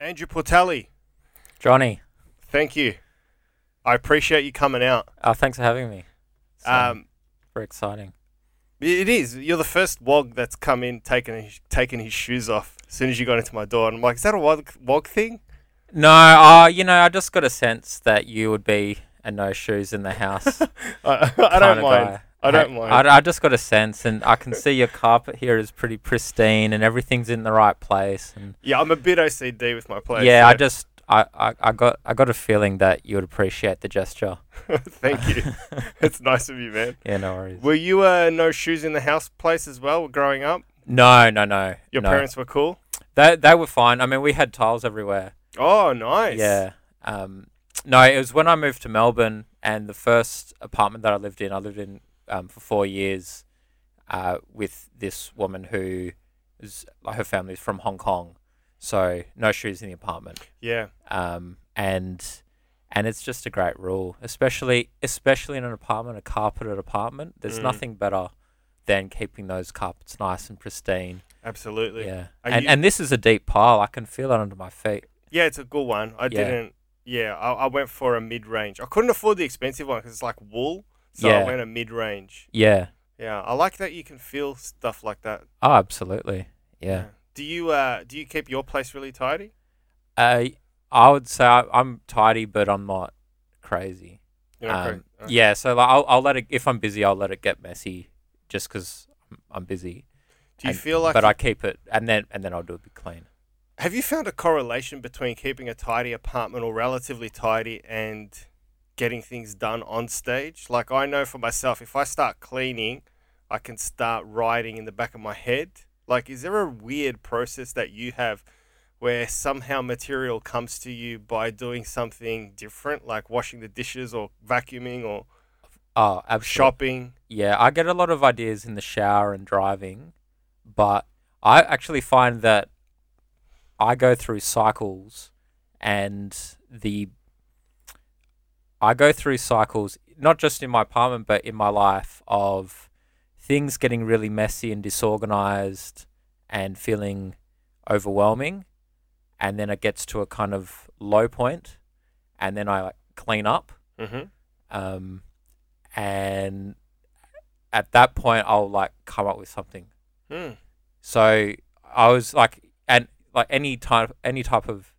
Andrew Portelli, Johnny, thank you. I appreciate you coming out. oh, thanks for having me. It's, Um, very exciting. it is. You're the first wog that's come in taking his, taking his shoes off as soon as you got into my door. And I'm like, is that a wog, wog thing? No, uh, you know, I just got a sense that you would be a no shoes in the house. I, I kind don't of mind. guy. I don't Hey, mind. I, I just got a sense, and I can see your carpet here is pretty pristine, and everything's in the right place. And yeah, I'm a bit OCD with my place. yeah, I so just I, I, I got I got a feeling that you would appreciate the gesture. thank you. it's nice of you, man. Yeah, no worries. Were you uh, no shoes in the house place as well growing up? No, no, no. Your no. parents were cool. They they were fine. I mean, we had tiles everywhere. Oh, nice. Yeah. Um, no, it was when I moved to Melbourne, and the first apartment that I lived in, I lived in um, for four years uh, with this woman who is like her family's from Hong Kong, so no shoes in the apartment. Yeah. Um, and and it's just a great rule, especially especially in an apartment, a carpeted apartment. There's Mm. nothing better than keeping those carpets nice and pristine. Absolutely. Yeah. Yeah. Are And you- and this is a deep pile. I can feel it under my feet. it's a good one. I Yeah. didn't. Yeah, I, I went for a mid range. I couldn't afford the expensive one because it's like wool. So I Yeah. went a mid range. Yeah. Yeah, I like that you can feel stuff like that. Oh, absolutely. yeah. Do you uh do you keep your place really tidy? Uh, I would say I, I'm tidy, but I'm not crazy. You know, Um, okay, all right. Yeah, so like, I'll, I'll let it. If I'm busy, I'll let it get messy, just 'cause I'm, I'm busy. Do you and- feel like But I keep it, and then and then I'll do a bit clean. Have you found a correlation between keeping a tidy apartment or relatively tidy and getting things done on stage? Like I know for myself, if I start cleaning, I can start writing in the back of my head. Like, is there a weird process that you have where somehow material comes to you by doing something different, like washing the dishes or vacuuming or Oh, absolutely. shopping? Yeah, I get a lot of ideas in the shower and driving, but I actually find that I go through cycles and the I go through cycles not just in my apartment but in my life of things getting really messy and disorganized and feeling overwhelming and then it gets to a kind of low point and then I like clean up Mm-hmm. um, and at that point I'll like come up with something. Mm. So I was like, and like any type, any type of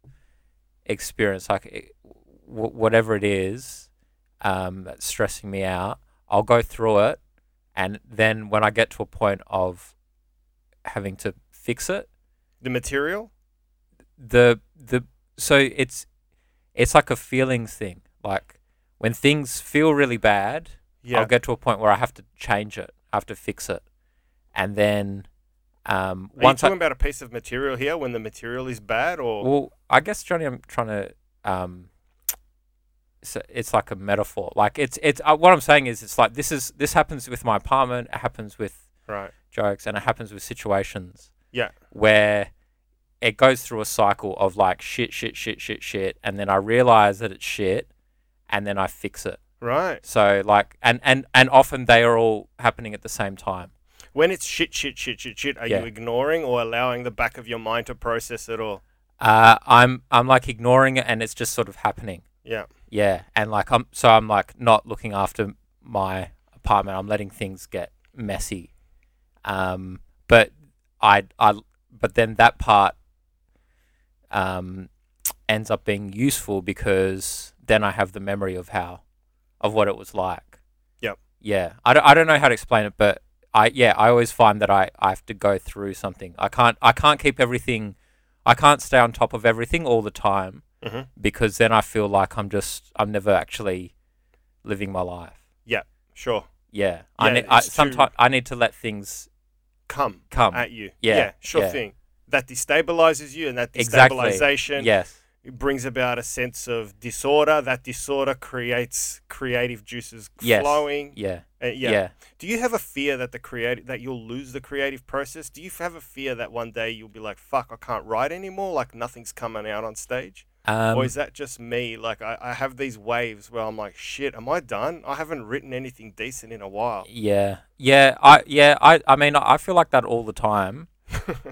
experience, like it, w- whatever it is, um, that's stressing me out, I'll go through it, and then when I get to a point of having to fix it, The material? the the so it's it's like a feelings thing. Like when things feel really bad, Yeah. I'll get to a point where I have to change it, I have to fix it, and then um, Are you once I talking about a piece of material here when the material is bad or well, I guess Johnny, I'm trying to um, so it's like a metaphor. Like it's it's uh, what I'm saying is it's like this is this happens with my apartment, it happens with right? jokes, and it happens with situations. Yeah. where it goes through a cycle of like shit, shit, shit, shit, shit, and then I realize that it's shit, and then I fix it. Right. So like, and and and often they are all happening at the same time. When it's shit, shit, shit, shit, shit, are Yeah. you ignoring or allowing the back of your mind to process it all? Uh, I'm I'm like ignoring it, and it's just sort of happening. Yeah. Yeah, and like I'm so I'm like not looking after my apartment. I'm letting things get messy. Um, but I I but then that part um ends up being useful because then I have the memory of how of what it was like. Yep. Yeah. I don't, I don't know how to explain it, but I yeah, I always find that I I have to go through something. I can't I can't keep everything I can't stay on top of everything all the time Mm-hmm. because then I feel like I'm just I'm never actually living my life. Sure. Yeah, I Yeah, need I, it's too- sometimes I need to let things Come come. at you. yeah, sure yeah. thing. That destabilizes you and that Exactly. destabilization yes, brings about a sense of disorder. That disorder creates creative juices yes, flowing. Yeah, Uh, yeah, yeah. Do you have a fear that the creative that you'll lose the creative process? Do you have a fear that one day you'll be like, fuck, I can't write anymore, like nothing's coming out on stage? Um, or is that just me? Like I, I have these waves where I'm like, shit, am I done? I haven't written anything decent in a while. yeah, yeah. I yeah I I mean I feel like that all the time,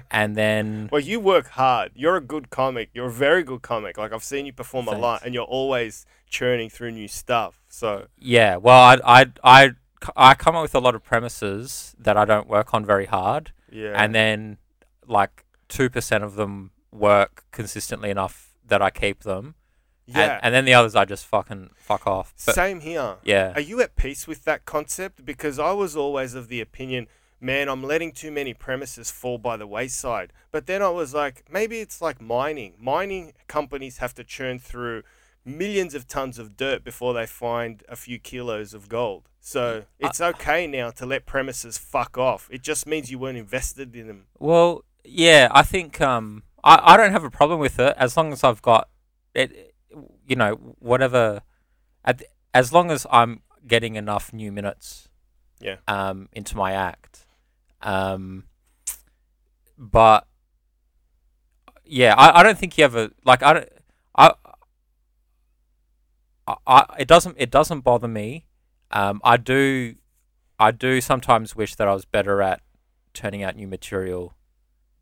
and then Well, you work hard. You're a good comic. You're a very good comic. Like I've seen you perform a lot, Thanks. and you're always churning through new stuff. So yeah, well, I I I I come up with a lot of premises that I don't work on very hard, yeah, and then like two percent of them work consistently enough that I keep them, yeah, and, and then the others I just fucking fuck off. But same here. yeah, Are you at peace with that concept? Because I was always of the opinion, man, I'm letting too many premises fall by the wayside. But then I was like, maybe it's like mining. Mining companies have to churn through millions of tons of dirt before they find a few kilos of gold. So it's okay now to let premises fuck off. It just means you weren't invested in them. Well, yeah, I think um, I I don't have a problem with it as long as I've got it. You know, whatever. At the- as long as I'm getting enough new minutes. Yeah. Um, into my act. Um. But. Yeah, I, I don't think you ever like I don't I, I I it doesn't it doesn't bother me. Um, I do I do sometimes wish that I was better at turning out new material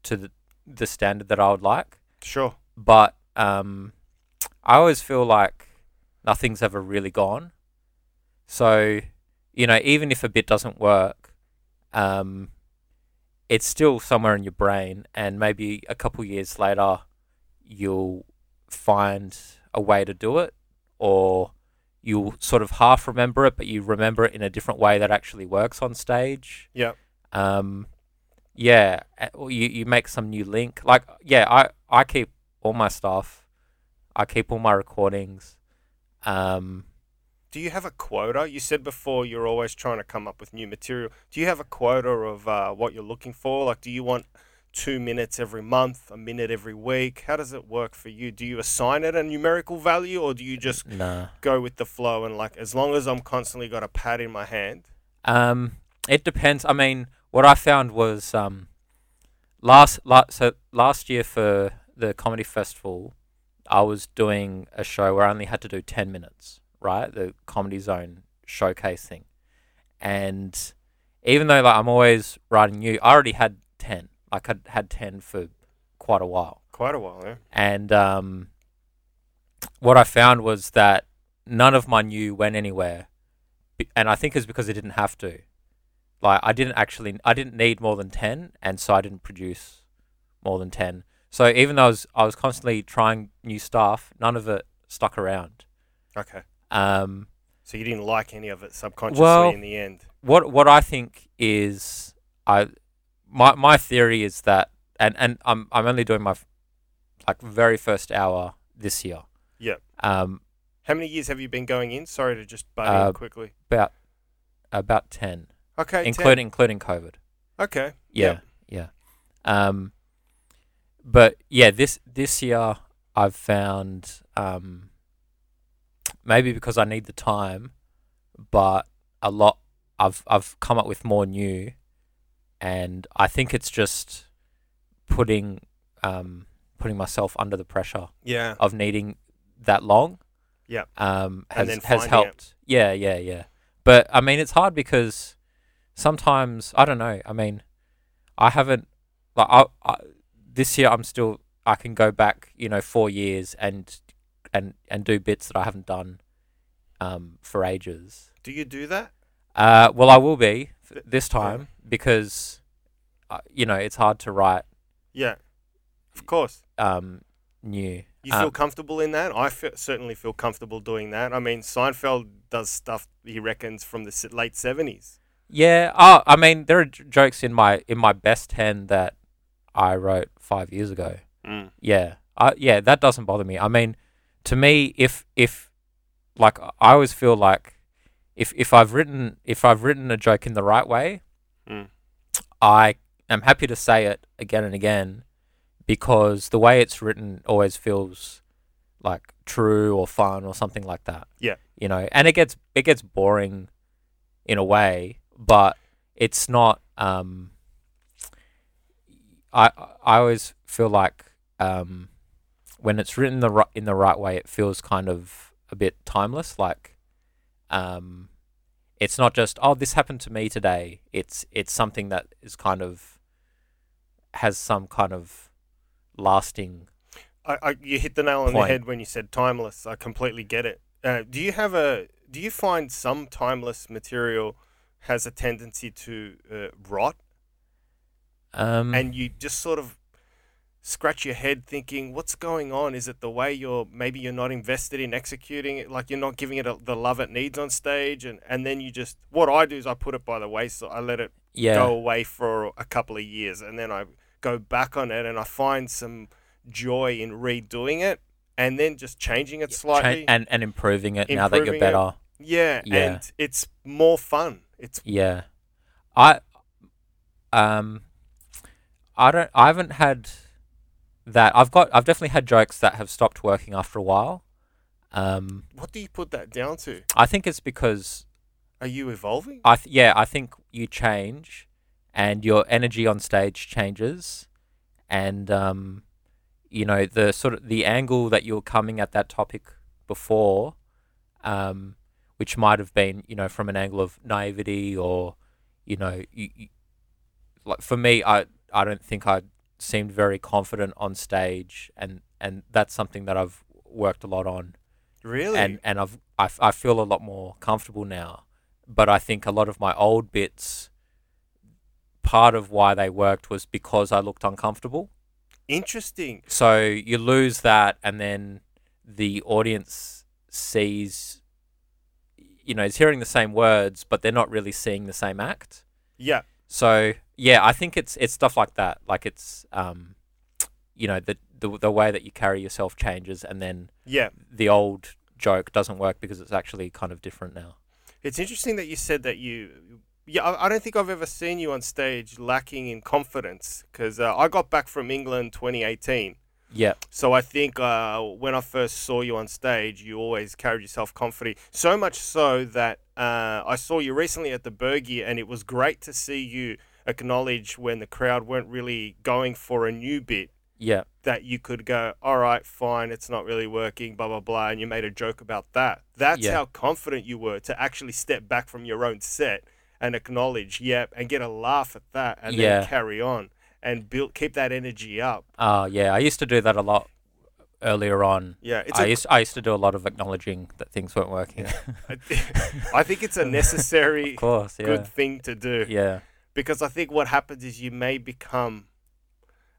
to the, the standard that I would like. Sure. But um, I always feel like nothing's ever really gone. So, you know, even if a bit doesn't work, um, it's still somewhere in your brain. And maybe a couple years later, you'll find a way to do it or you'll sort of half remember it, but you remember it in a different way that actually works on stage Yeah. um yeah a- or you you make some new link like yeah i i keep all my stuff i keep all my recordings um Do you have a quota? You said before you're always trying to come up with new material. Do you have a quota of uh, what you're looking for? Like, do you want two minutes every month, a minute every week? How does it work for you? Do you assign it a numerical value, or do you just nah go with the flow and like, as long as I'm constantly got a pad in my hand? um it depends i mean what i found was um last la- so last year for the comedy festival i was doing a show where i only had to do 10 minutes right the comedy zone showcase thing and even though like i'm always writing new i already had 10 like i had 10 for quite a while Quite a while, eh? yeah. and um, what I found was that none of my new went anywhere, B- and I think it's because I didn't have to. Like I didn't actually, I didn't need more than ten, and so I didn't produce more than ten. So even though I was, I was constantly trying new stuff, none of it stuck around. Okay. Um, So you didn't like any of it subconsciously Well- in the end. what what I think is I my my theory is that and and I'm I'm only doing my f- like very first hour this year. Yep. Um, How many years have you been going in? Sorry to just butt Uh, in quickly. about about 10 Okay. 10. including including covid Okay. yeah yeah um but yeah this this year i've found um maybe because i need the time but a lot i've i've come up with more new and i think it's just putting um putting myself under the pressure Yeah. of needing that long. Yep. Um, has And then has finding helped. Yeah, yeah, yeah. But I mean, it's hard because sometimes I don't know. I mean, I haven't like I, I this year I'm still I can go back you know four years and and and do bits that I haven't done um for ages. Do you do that? Uh, well, I will be f- Th- this yeah. time because uh, you know it's hard to write Yeah. Of course. um new. You um, feel comfortable in that? I fe- certainly feel comfortable doing that. I mean, Seinfeld does stuff he reckons from the s- late seventies. Yeah, oh, I mean, there are j- jokes in my in my best ten that I wrote five years ago. Mm. Yeah, I, yeah, that doesn't bother me. I mean, to me, if if like I always feel like if if I've written if I've written a joke in the right way, Mm. I am happy to say it again and again because the way it's written always feels like true or fun or something like that. Yeah. You know, and it gets it gets boring in a way, but it's not um I I always feel like um when it's written the ri- in the right way, it feels kind of a bit timeless. Like, um, it's not just oh, this happened to me today. It's it's something that is kind of has some kind of lasting. I, I, you hit the nail on the Point. head when you said timeless. I completely get it. Uh, do you have a? Do you find some timeless material has a tendency to uh, rot, Um, and you just sort of scratch your head thinking, "What's going on? Is it the way you're? Maybe you're not invested in executing it. Like you're not giving it a, the love it needs on stage, and and then you just what I do is I put it by the wayside. I let it yeah, go away for a couple of years and then I go back on it and I find some joy in redoing it and then just changing it Cha- slightly. and and improving it now that you're Improving it. better. yeah, Yeah. and it's more fun. It's Yeah, I, um, I don't. I haven't had that. I've got. I've definitely had jokes that have stopped working after a while. Um, what do you put that down to? I think it's because Are you evolving? I th- yeah, I think you change, and your energy on stage changes, and um, you know the sort of the angle that you were coming at that topic before, um, which might have been you know from an angle of naivety or you know you, you, like for me I I don't think I seemed very confident on stage, and and that's something that I've worked a lot on Really? and and I've I, f- I feel a lot more comfortable now. But I think a lot of my old bits, part of why they worked was because I looked uncomfortable. Interesting. So you lose that, and then the audience sees, you know, is hearing the same words, but they're not really seeing the same act. Yeah. So yeah, I think it's it's stuff like that. Like it's, um, you know, the the, the way that you carry yourself changes, and then Yeah. the old joke doesn't work because it's actually kind of different now. It's interesting that you said that you. Yeah, I, I don't think I've ever seen you on stage lacking in confidence because uh, I got back from England 2018 Yeah, So I think uh, when I first saw you on stage, you always carried yourself confidently. So much so that uh, I saw you recently at the Bergie, and it was great to see you acknowledge when the crowd weren't really going for a new bit yeah, that you could go, all right, fine, it's not really working, blah blah blah, and you made a joke about that. That's Yeah. how confident you were to actually step back from your own set and acknowledge, yep, and get a laugh at that, and Yeah. then carry on and build, keep that energy up. uh, yeah. I used to do that a lot earlier on. Yeah, it's I a used I used to do a lot of acknowledging that things weren't working. I th- I think it's a necessary of course, yeah, good thing to do yeah, because I think what happens is you may become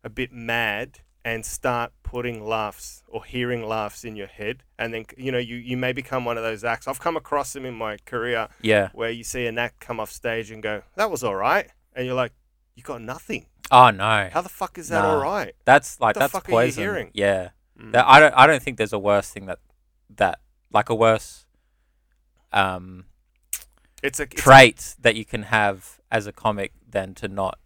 a bit mad and start putting laughs or hearing laughs in your head and then you know you, you may become one of those acts i've come across them in my career yeah. where you see an act come off stage and go that was all right and you're like you got nothing Oh no, how the fuck is that all Nah. right that's like the that's fuck are you poison. hearing? Yeah, Mm. That- I don't I don't think there's a worse thing that that like a worse um it's a it's, trait that you can have as a comic than to not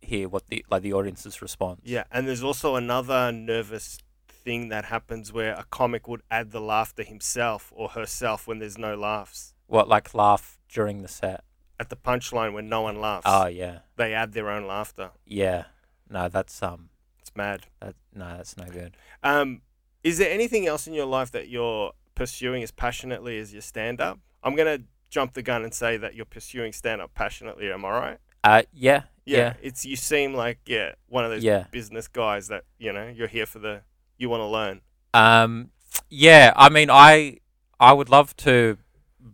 hear what the like the audience's response. Yeah, and there's also another nervous thing that happens where a comic would add the laughter himself or herself when there's no laughs. What like laugh during the set? At the punchline when no one laughs, Oh yeah, they add their own laughter. yeah. No, that's um, It's mad. that no, that's no good. Um, is there anything else in your life that you're pursuing as passionately as your stand up? I'm going to jump the gun and say that you're pursuing stand up passionately. Am I right? Uh, yeah, yeah, It's you seem like yeah, one of those yeah. business guys that, you know, you're here for the you want to learn. Um, yeah. I mean, I I would love to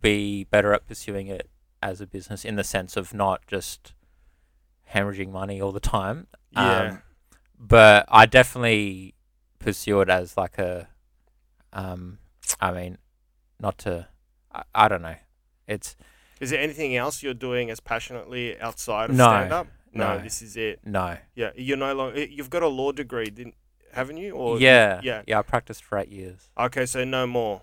be better at pursuing it as a business in the sense of not just hemorrhaging money all the time. Yeah. Um, but I definitely pursue it as like a, um, I mean, not to, I, I don't know. It's Is there anything else you're doing as passionately outside of No, stand up? no. this is it. no. Yeah, you're no longer. You've got a law degree, didn't? Haven't you? Or yeah, yeah. yeah. I practiced for eight years. Okay, so no more.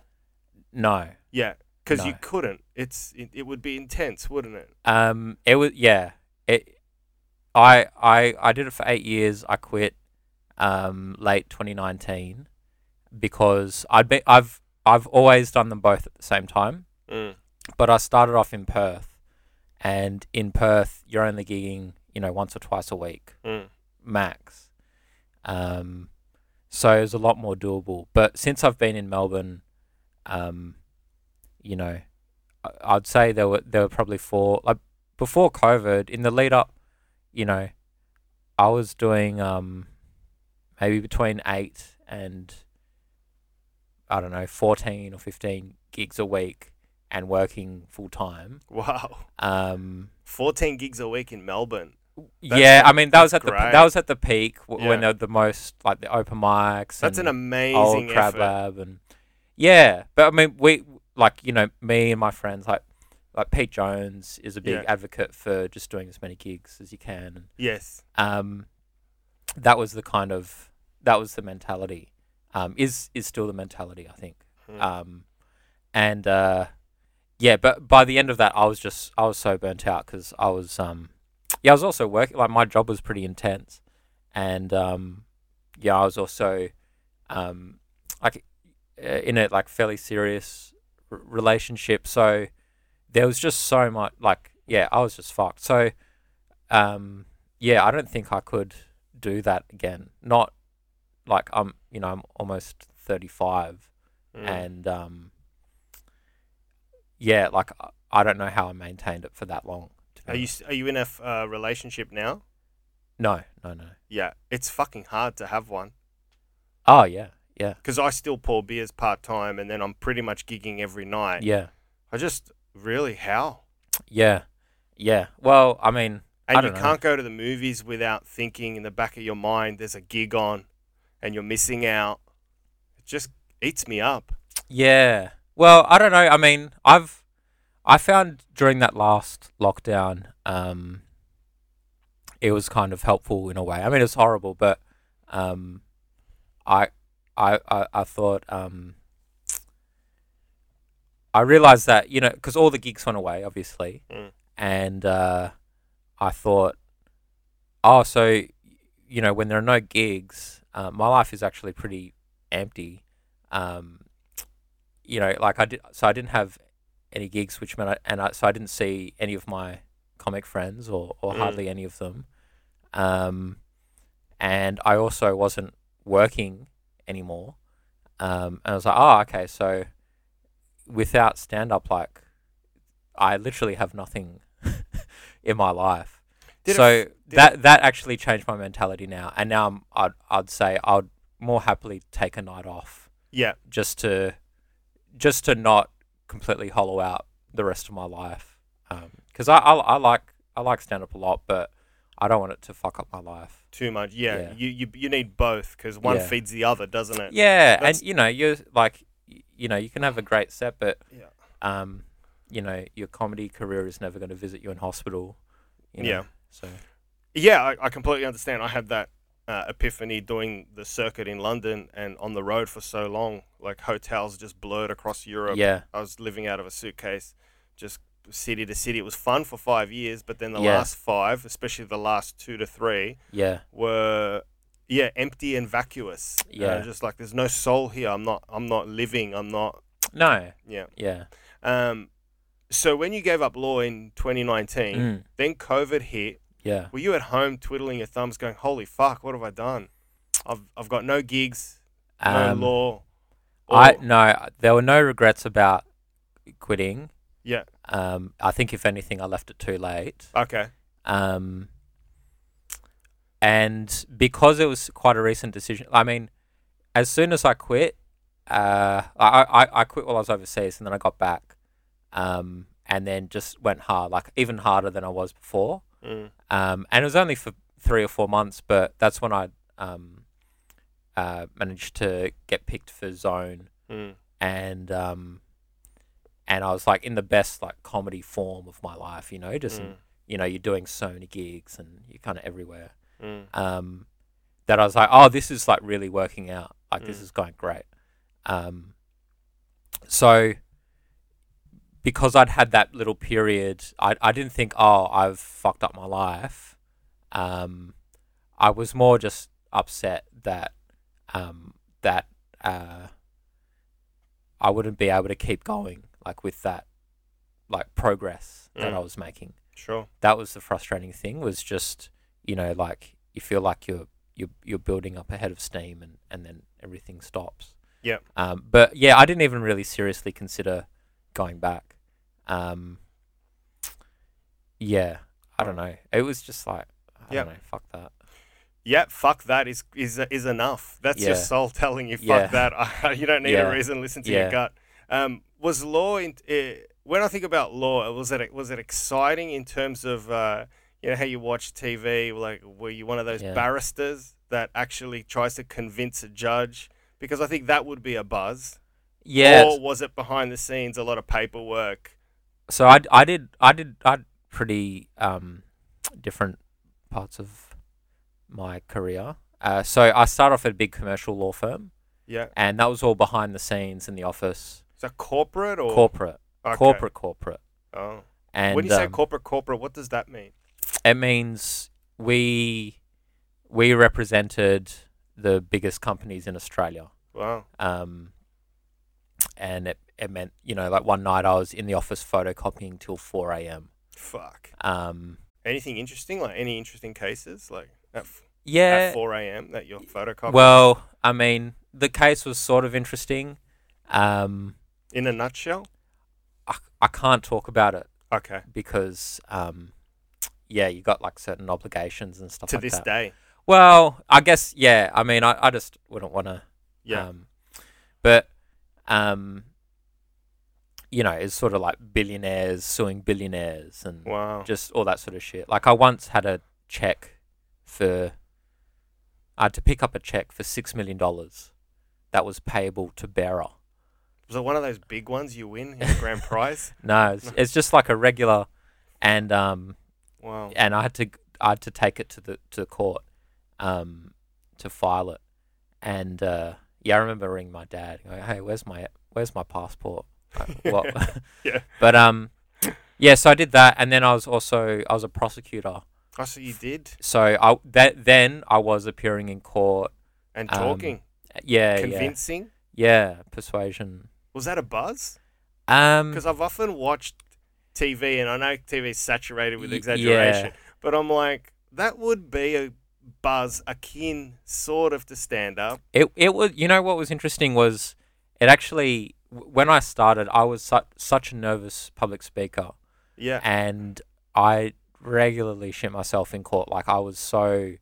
No. Yeah, because you No. couldn't. It's it, it would be intense, wouldn't it? Um, it was yeah. It, I I I did it for eight years. I quit, um, late 2019, because I'd be I've I've always done them both at the same time. Mm. But I started off in Perth, and in Perth you're only gigging you know once or twice a week Mm. max. Um, so it was a lot more doable. But since I've been in Melbourne, um, you know, I- I'd say there were there were probably four like before COVID in the lead up. You know, I was doing um, maybe between eight and I don't know, fourteen or fifteen gigs a week, and working full time. Wow. Um, 14 gigs a week in Melbourne. That's- yeah, I mean that was that's at the p- great. that was at the peak w- Yeah. when they were the most like the open mics. That's an and amazing old crab effort. lab and yeah, but I mean we like you know me and my friends like like Pete Jones is a big Yeah. advocate for just doing as many gigs as you can. Yes. Um, that was the kind of that was the mentality. Um, is is still the mentality I think. Hmm. Um, and uh, yeah, but by the end of that, I was just I was so burnt out because I was um, yeah, I was also working like my job was pretty intense, and um, yeah, I was also um, like uh, in a like fairly serious r- relationship, so there was just so much like yeah, I was just fucked. So um, yeah, I don't think I could do that again. Not like I'm you know I'm almost thirty five Mm. and um, yeah, like I- I don't know how I maintained it for that long. to be Are you honest. s- are you in a f- uh, relationship now? No, no, no. Yeah, it's fucking hard to have one Oh yeah, yeah, because I still pour beers part time, and then I'm pretty much gigging every night. yeah, I just really how, yeah, yeah. Well, I mean, and you don't know. can't go to the movies without thinking in the back of your mind there's a gig on, and you're missing out. It just eats me up. yeah. Well, I don't know. I mean, I've I found during that last lockdown, um, it was kind of helpful in a way. I mean, it was horrible, but um, I, I, I, I thought um, I realized that you know because all the gigs went away, obviously, Mm. and uh, I thought, oh, so you know when there are no gigs, uh, my life is actually pretty empty. Um, you know, like I did, so I didn't have any gigs, which meant I, and I, so I didn't see any of my comic friends or, or Mm. hardly any of them. Um, and I also wasn't working anymore. Um, and I was like, oh, okay, so without stand up, like, I literally have nothing in my life. Did it so f- did that that actually changed my mentality now, and now I'm, I'd I'd say I'd more happily take a night off Yeah, just to just to not completely hollow out the rest of my life because I, I I like I like stand up a lot but I don't want it to fuck up my life too much. Yeah, Yeah. You, you you need both because one Yeah. feeds the other, doesn't it? yeah That's- and you know you're like y- you know you can have a great set but Yeah. um you know your comedy career is never going to visit you in hospital you know, Yeah. so Yeah, I, I completely understand. I had that uh, epiphany doing the circuit in London and on the road for so long. Like hotels just blurred across Europe. yeah I was living out of a suitcase, just city to city. It was fun for five years, but then the Yeah. last five, especially the last two to three, yeah were yeah empty and vacuous. And Yeah. just like there's no soul here. I'm not. I'm not living. I'm not. no Yeah. yeah Um. So when you gave up law in 2019, mm, then COVID hit. yeah Were you at home twiddling your thumbs, going, "Holy fuck, what have I done? I've I've got no gigs, no Um, law." Or, I no, there were no regrets about quitting. Yeah. Um, I think if anything, I left it too late. okay, Um, and because it was quite a recent decision, I mean, as soon as I quit, uh, I, I I quit while I was overseas, and then I got back, um, and then just went hard, like even harder than I was before. Mm. Um, and it was only for three or four months, but that's when I um, uh, managed to get picked for Zone Mm. and um, and I was like in the best like comedy form of my life, you know, just Mm. you know you're doing so many gigs and you're kind of everywhere. Mm. Um, that I was like, oh, this is like really working out. Like this Mm. is going great. Um, so because I'd had that little period, I I didn't think, oh, I've fucked up my life. Um, I was more just upset that um, that uh, I wouldn't be able to keep going like with that like progress that Mm. I was making. sure, That was the frustrating thing was just you know like you feel like you're you're, you're building up a head of steam and, and then everything stops. Yep. Um, but yeah, I didn't even really seriously consider going back. Um, yeah, I don't know. It was just like I Yep. don't know. Fuck that. yeah, fuck that is is is enough. That's your Yeah. soul telling you, fuck Yeah. that. you don't need Yeah. a reason. Listen to Yeah. your gut. Um, was law in, uh, when I think about law, was it was it exciting in terms of uh, you know how you watch TV? Like, were you one of those Yeah. barristers that actually tries to convince a judge? Because I think that would be a buzz. Yeah. Or was it behind the scenes a lot of paperwork? so I, I did I did I did pretty um, different parts of my career. Uh, so I started off at a big commercial law firm, Yeah. and that was all behind the scenes in the office, So corporate or corporate, Okay. corporate, corporate. Oh. And when you say um, corporate, corporate, what does that mean? it means we we represented the biggest companies in Australia. Wow. Um, and it, it meant, you know, like one night I was in the office photocopying till 4 a.m. Fuck. Um, Anything interesting? Like any interesting cases? Like at, f- yeah. at 4 a.m. that you're photocopying? Well, I mean, the case was sort of interesting. Um, in a nutshell? I, I can't talk about it Okay. because, um, yeah, you got like certain obligations and stuff To like this that. day. Well, I guess, yeah. I mean, I, I just wouldn't want to. Yeah. Um, but, um, you know, it's sort of like billionaires suing billionaires and wow. just all that sort of shit. Like I once had a check for I had to pick up a check for six million dollars that was payable to bearer. Was it one of those big ones you win in a grand prize? No, it's, it's just like a regular, and um, Wow. and I had to I had to take it to the to the court, um, to file it, and uh, yeah, I remember ringing my dad. Going, hey, where's my where's my passport? Like, what? Yeah. But um, yeah. So I did that, and then I was also I was a prosecutor. Oh, so you did? So I that then I was appearing in court. And Um, talking. Yeah, convincing. yeah, yeah. Persuasion. Was that a buzz? Um, Because I've often watched TV and I know TV's saturated with Y- exaggeration, but I'm like, that would be a buzz akin sort of to stand up. it it was. You know what was interesting was it actually w- when I started, I was su- such a nervous public speaker, Yeah. and I regularly shit myself in court. Like I was so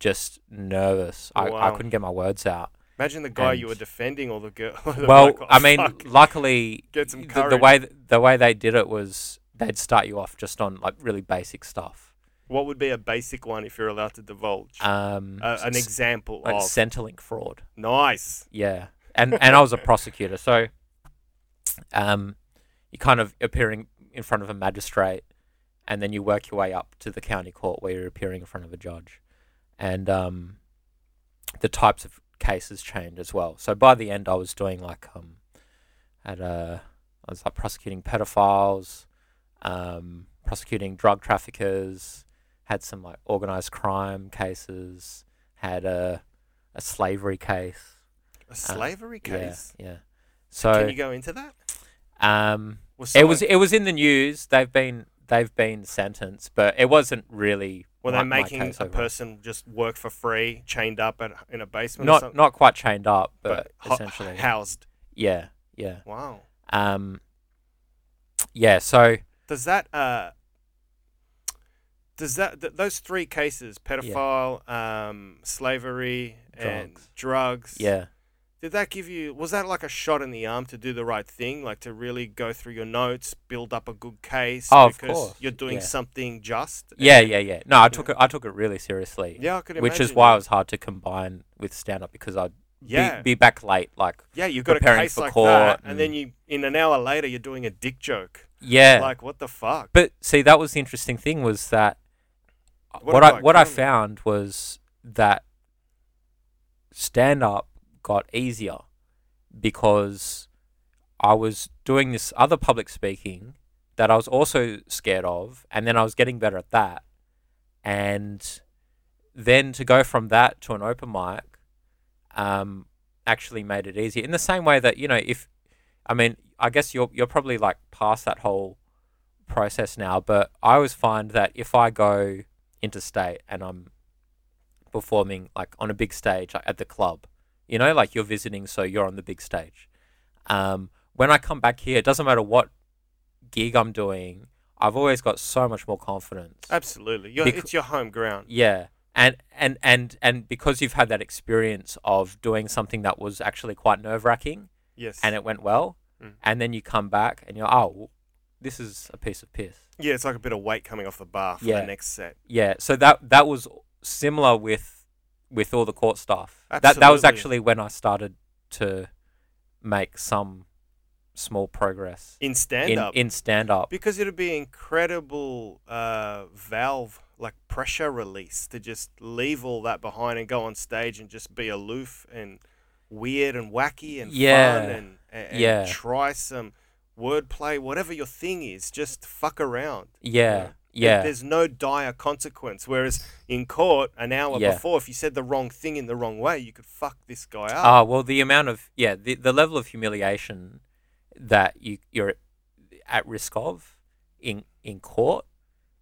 just nervous. I, I Wow. couldn't get my words out. Imagine the guy you and- were defending or the girl. or the well, bloke. I mean, oh, Fuck. luckily, Get some th- the, courage. way th- the way they did it was they'd start you off just on like really basic stuff. what would be a basic one if you're allowed to divulge? Um, Uh, an s- example like of Centrelink fraud. nice. Yeah, and and I was a prosecutor, so um, you're kind of appearing in front of a magistrate, and then you work your way up to the county court where you're appearing in front of a judge, and um, the types of cases change as well. So by the end, I was doing like um, at a, I was like prosecuting pedophiles, um, prosecuting drug traffickers, had some like organized crime cases, had a a slavery case. A slavery case. Uh, Yeah, yeah. So Can you go into that? um, Was it was someone- it was in the news. They've been they've been sentenced, but it wasn't really. Were my- they my making case a overall. person just work for free, chained up at, in a basement? or Not something? not quite chained up, but, ho- essentially, housed. yeah, yeah, Wow. um, yeah. So Does that uh, does that th- those three cases pedophile, um, slavery, and Drugs. drugs? yeah, Did that give you? Was that like a shot in the arm to do the right thing, like to really go through your notes, build up a good case? Oh, of because course, You're doing yeah. something just. yeah, and- yeah, yeah. No, I took it. I took it really seriously. Yeah, I could imagine. Which is why it was hard to combine with stand up because I'd Yeah, be, be back late. Like, yeah. You've got a preparing case for like court that, and and- then you, in an hour later, you're doing a dick joke. yeah. Like what the fuck? But see, that was the interesting thing was that What what, about I what I comedy? found was that stand up got easier because I was doing this other public speaking that I was also scared of, and then I was getting better at that, and then to go from that to an open mic, um, actually made it easier. In the same way that you know, if I mean, I guess you're you're probably like past that whole process now, but I always find that if I go interstate and I'm performing like on a big stage like, at the club, you know, like you're visiting, so you're on the big stage. Um, when I come back here, it doesn't matter what gig I'm doing, I've always got so much more confidence. Absolutely, you're, Bec- it's your home ground. Yeah. and and and and because you've had that experience of doing something that was actually quite nerve wracking Yes. and it went well, Mm. and then you come back and you're oh, well, this is a piece of piss. yeah, it's like a bit of weight coming off the bar for Yeah. the next set. Yeah, so that that was similar with with all the court stuff. That that was Absolutely. actually when I started to make some small progress In stand in up. in stand up. because it'd be incredible uh, valve like pressure release to just leave all that behind and go on stage and just be aloof and weird and wacky and Yeah. fun and, and, and Yeah. try some wordplay whatever your thing is just fuck around Yeah, There- yeah, there's no dire consequence whereas in court an hour Yeah. before if you said the wrong thing in the wrong way you could fuck this guy up Ah, well, the amount of yeah, the, the level of humiliation that you you're at risk of in in court,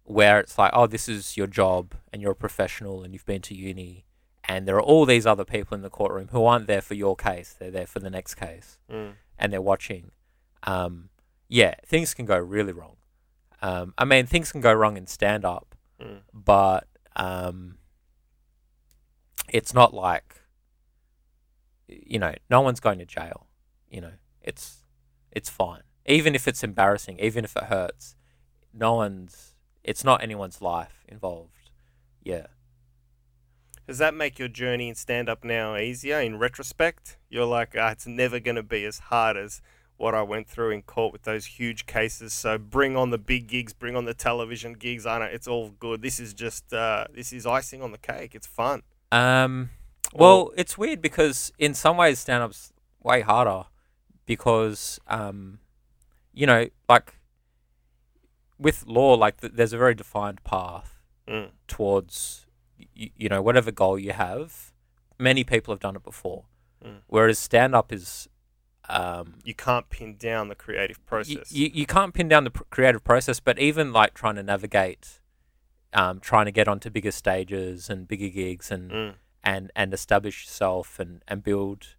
where it's like, oh, this is your job and you're a professional and you've been to uni, and there are all these other people in the courtroom who aren't there for your case; they're there for the next case, Mm. and they're watching. Um, yeah, things can go really wrong. Um, I mean, things can go wrong in stand up, Mm. but um, it's not like you know, no one's going to jail. You know, it's it's fine. Even if it's embarrassing, even if it hurts, no one's. It's not anyone's life involved. Yeah. Does that make your journey in stand up now easier in retrospect? You're like, ah, it's never going to be as hard as what I went through in court with those huge cases. So bring on the big gigs, bring on the television gigs. I know it's all good. This is just, uh, this is icing on the cake. It's fun. Um. Or- Well, it's weird because in some ways stand up's way harder because um, you know, like with law, like th- there's a very defined path. Mm. towards you, you know whatever goal you have. Many people have done it before, Mm. whereas stand up is um, You can't pin down the creative you, process. you you can't pin down the pr- creative process, but even like trying to navigate, um, trying to get onto bigger stages and bigger gigs and Mm. and and establish yourself and and build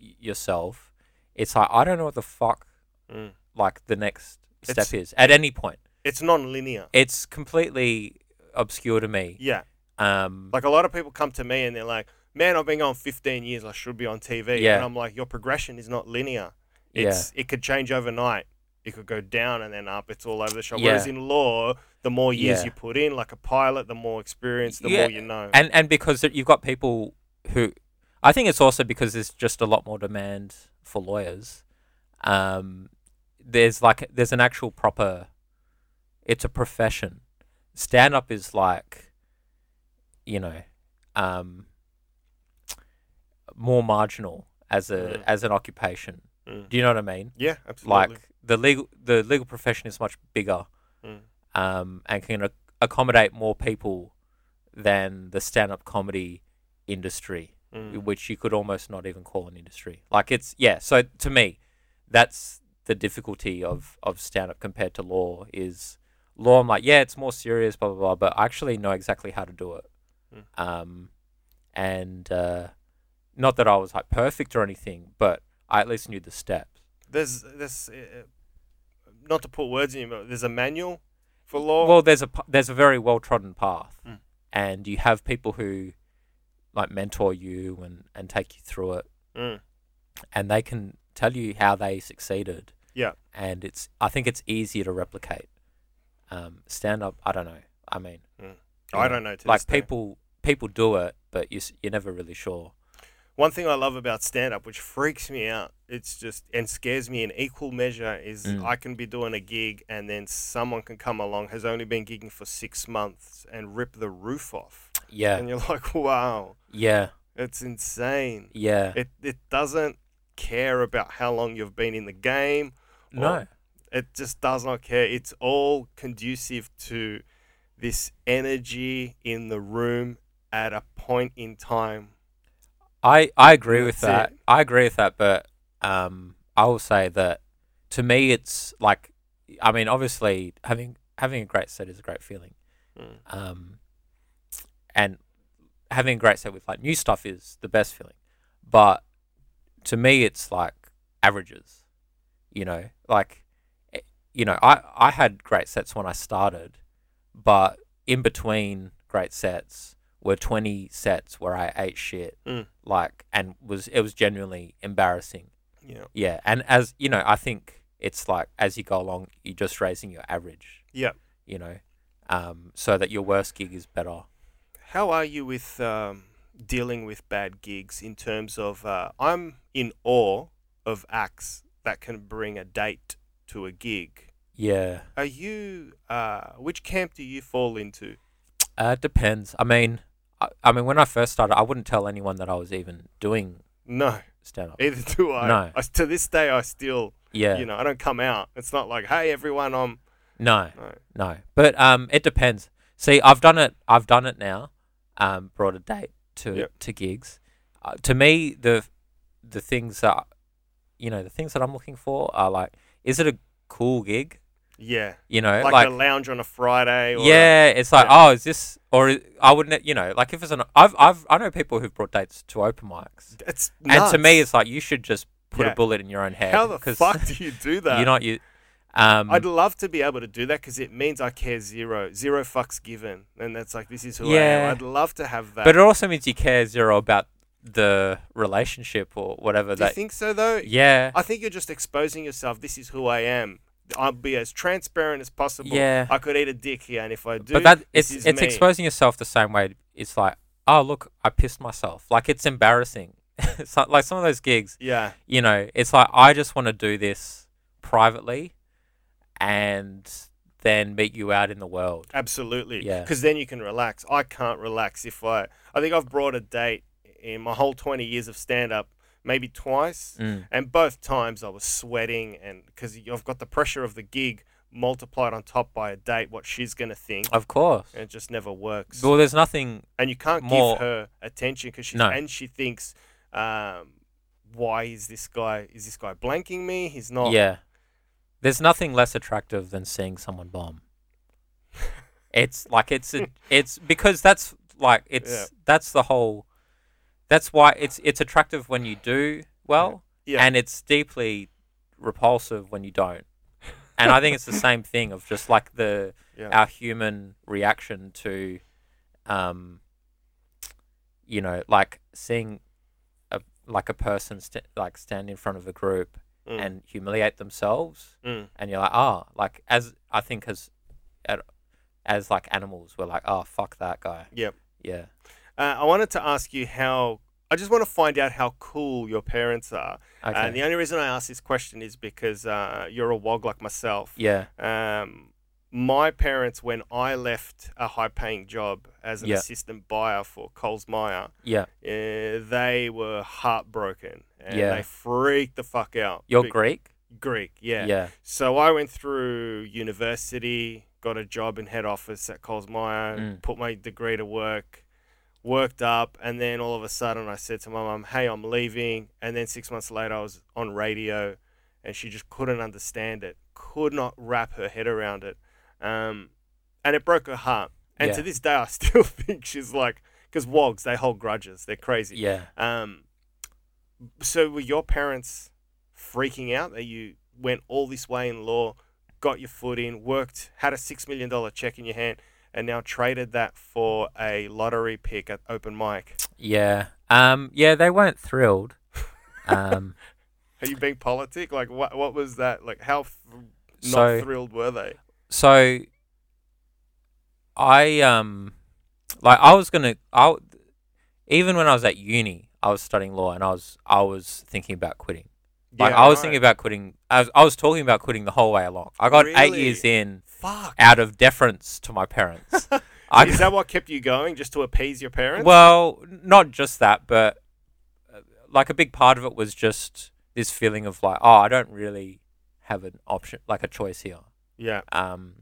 y- yourself. It's like I don't know what the fuck Mm. like the next It's- step is at any point. It's non linear. It's completely obscure to me. Yeah. Um, Like a lot of people come to me and they're like, man, I've been on 15 years. I should be on TV. Yeah. And I'm like, your progression is not linear. Yeah. It's, It could change overnight. It could go down and then up. It's all over the shop. Yeah. Whereas in law, the more years Yeah. you put in, like a pilot, the more experience, the Yeah. more you know. and and because that you've got people who I think it's also because there's just a lot more demand for lawyers. Um, there's like there's an actual proper, it's a profession. Stand up is like, you know, um, more marginal as a Mm. as an occupation. Mm. Do you know what I mean? yeah, absolutely. Like the legal the legal profession is much bigger Mm. um, and can ac- accommodate more people than the stand-up comedy industry, Mm. which you could almost not even call an industry. Like it's yeah. So to me, that's the difficulty of of stand-up compared to law is law. I'm like yeah, it's more serious, blah blah blah, but I actually know exactly how to do it. Mm. Um, and uh, not that I was like perfect or anything, but I at least knew the steps. There's this, uh, not to put words in, you, but there's a manual for law. well there's a p- there's a very well trodden path Mm. and you have people who like mentor you and and take you through it Mm. and they can tell you how they succeeded Yeah. and it's i think it's easier to replicate um stand up i don't know i mean I don't know. To this like day. people people do it but you s- you're never really sure One thing I love about stand up, which freaks me out, it's just and scares me in equal measure, is Mm. I can be doing a gig and then someone can come along has only been gigging for six months and rip the roof off, yeah and you're like, wow, yeah it's insane. yeah It it doesn't care about how long you've been in the game. or- no It just does not care. It's all conducive to this energy in the room at a point in time. I, I agree with That's that. it. I agree with that, but um, I will say that to me, it's like, I mean, obviously having having a great set is a great feeling, Mm. um, and having a great set with like new stuff is the best feeling. But to me, it's like averages, you know, like eh, you know, I I had great sets when I started, but in between great sets were 20 sets where I ate shit. Mm. Like, and was it was genuinely embarrassing. Yeah. Yeah, and as you know, I think it's like as you go along, you're just raising your average. Yep. You know, um, so that your worst gig is better. How are you with um, dealing with bad gigs in terms of? Uh, I'm in awe of acts that can bring a date to a gig. Yeah. Are you? Uh, which camp do you fall into? Uh, it depends. I mean, I, I mean, when I first started, I wouldn't tell anyone that I was even doing No, stand up. either do I. No. I- To this day, I still, Yeah. you know, I don't come out. It's not like, hey, everyone, I'm. No. No. No. But um, it depends. See, I've done it. I've done it now. Um, brought a date to Yep. to gigs. Uh, to me, the the things that you know, the things that I'm looking for are like, is it a cool gig? Yeah, You know, like, like, a lounge on a Friday. Or yeah, it's like, yeah. oh, is this or is- I wouldn't, you know, like if it's an, I've I've I know people who've brought dates to open mics, it's and to me, nuts. it's like you should just put Yeah. a bullet in your own head. how the 'cause fuck do you do that? You're not you. Um, I'd love to be able to do that because it means I care zero, zero fucks given, and that's like this is who I am. Yeah. I'd love to have that. But it also means you care zero about the relationship or whatever do you that. think so though? yeah. I think you're just exposing yourself. This is who I am. I'll be as transparent as possible. Yeah. I could eat a dick here, and if I do, but that this it's is it's me. exposing yourself the same way. It's like, oh look, I pissed myself. Like it's embarrassing. it's like, like some of those gigs, Yeah, you know. It's like I just want to do this privately, and then meet you out in the world. absolutely. Yeah. Because then you can relax. I can't relax if I. I think I've brought a date in my whole 20 years of stand up, maybe twice. Mm. And both times I was sweating, and because I've got the pressure of the gig multiplied on top by a date, what she's gonna think, Of course. and it just never works. Well, there's nothing. And you can't more- give her attention because she No. and she thinks, um, why is this guy? Is this guy blanking me? He's not. Yeah. There's nothing less attractive than seeing someone bomb. it's like it's a, it's because that's like it's that's the whole that's why it's it's attractive when you do well Yeah. and it's deeply repulsive when you don't. And I think it's the same thing of just like the Yeah. our human reaction to um you know like seeing a like a person st- like stand in front of a group Mm. and humiliate themselves Mm. and you're like oh like as i think as at, as like animals we're like oh fuck that guy Yep. yeah Uh, I wanted to ask you how. I just want to find out how cool your parents are. okay And the only reason I ask this question is because uh, you're a wog like myself. yeah Um, my parents, when I left a high-paying job as an Yeah. assistant buyer for Coles Meyer, yeah uh, they were heartbroken and Yeah. they freaked the fuck out. you're Be- greek Greek, yeah. yeah So I went through university, got a job in head office at Coles Meyer, Mm. put my degree to work, worked up, and then all of a sudden I said to my mum, "Hey, I'm leaving." And then six months later, I was on radio, and she just couldn't understand it, could not wrap her head around it, um, and it broke her heart. And Yeah. to this day, I still think she's like, because wogs they hold grudges, they're crazy. yeah Um, so were your parents freaking out that you went all this way in law, got your foot in, worked, had a six million dollar check in your hand, and now traded that for a lottery pick at open mic? yeah um yeah they weren't thrilled um Are you being politic? Like what? What was that? Like how? F- not So- thrilled were they? so I um like I was gonna I even when I was at uni I was studying law and I was I was thinking about quitting like I was thinking about quitting I was, I was talking about quitting the whole way along I got eight Really? years in Fuck. out of deference to my parents I Is that what kept you going, just to appease your parents? well n- not just that but uh, like a big part of it was just this feeling of like oh I don't really have an option like a choice here yeah. um,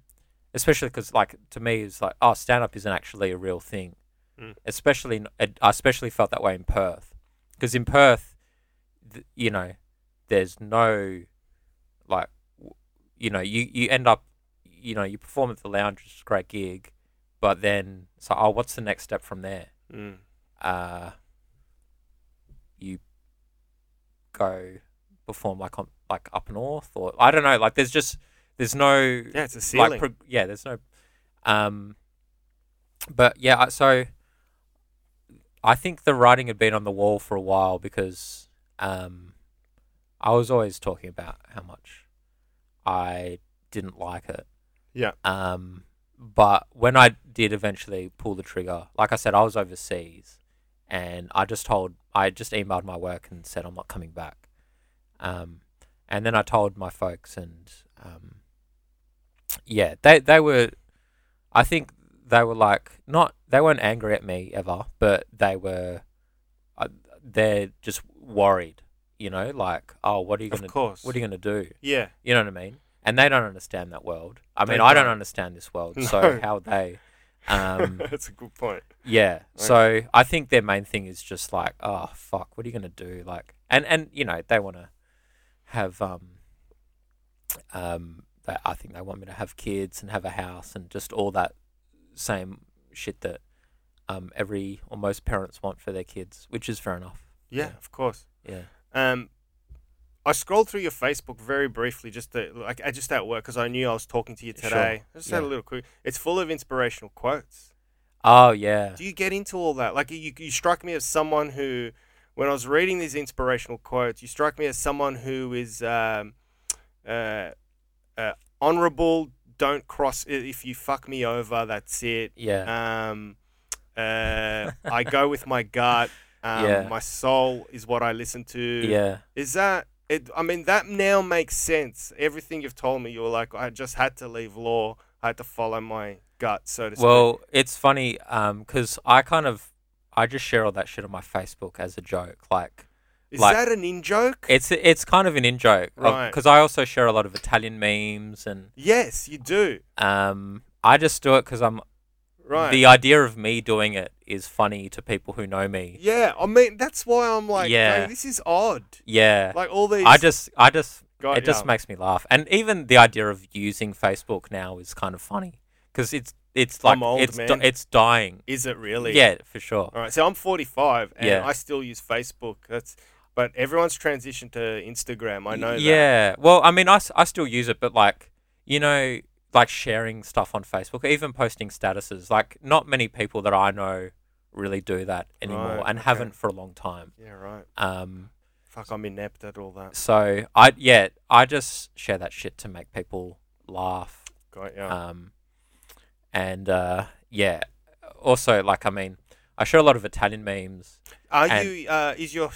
especially because like to me it's like oh stand up isn't actually a real thing Mm. especially in, I I especially felt that way in Perth because in Perth th- you know there's no like w- you know you you end up you know you perform at the lounge which is a great gig but then so oh what's the next step from there Mm. uh, you go perform like on like up north or I don't know like there's just there's no Yeah, it's a like ceiling. pro- yeah there's no um but yeah I- so I think the writing had been on the wall for a while because um, I was always talking about how much I didn't like it. Yeah. Um, but when I did eventually pull the trigger, like I said, I was overseas, and I just told I just emailed my work and said I'm not coming back. Um, and then I told my folks, and um, yeah, they they were, I think they were like not they weren't angry at me ever, but they were, uh, they're just worried, you know, like oh, what are you Of gonna course. what are you gonna do? yeah. You know what I mean? And they don't understand that world. I They mean, I don't don't. understand this world. So No. how would they? Um, That's a good point. yeah. So I think their main thing is just like, oh fuck, what are you gonna do? Like, and and you know they want to have um um. They, I think they want me to have kids and have a house and just all that same shit that um every or most parents want for their kids, which is fair enough. Yeah, Yeah. of course. Yeah. Um, I scrolled through your Facebook very briefly, just to, like I just at work because I knew I was talking to you Sure. today. I just had a Yeah. little quick. It's full of inspirational quotes. Oh yeah. Do you get into all that? Like you, you struck me as someone who, when I was reading these inspirational quotes, you struck me as someone who is um, uh, uh, honorable. Don't cross. i- If you fuck me over, that's it. Yeah. Um, uh, I go with my gut. Um, Yeah. My soul is what I listen to. yeah. Is that it? I mean, that now makes sense. Everything you've told me, you were like, I just had to leave law. I had to follow my gut, so to speak. Well, it's funny because I kind of I just share all that shit on my Facebook as a joke. Like is like- that an in joke? it's it's kind of an in joke Right. because I also share a lot of Italian memes and yes, you do. um, I just do it because I'm Right. the idea of me doing it is funny to people who know me. yeah, I mean, that's why I'm like, Yeah. "Hey, this is odd. Yeah, Like, all these. I just I just Got it just ya. makes me laugh, and even the idea of using Facebook now is kind of funny because it's it's like I'm old, it's di- man. it's dying. Is it really? Yeah, for sure. All right. So I'm 45 and Yeah. I still use Facebook. That's. But everyone's transitioned to Instagram. I know that. Yeah. Well, I mean, I, s- I still use it, but like, you know, like sharing stuff on Facebook, even posting statuses, like, not many people that I know really do that anymore Right, and okay. haven't for a long time. Yeah, right. Um, Fuck, I'm inept at all that. so I, yeah, I just share that shit to make people laugh. Got yeah. Um, and, uh, yeah. Also, like, I mean, I share a lot of Italian memes. Are And- you? Uh, is your?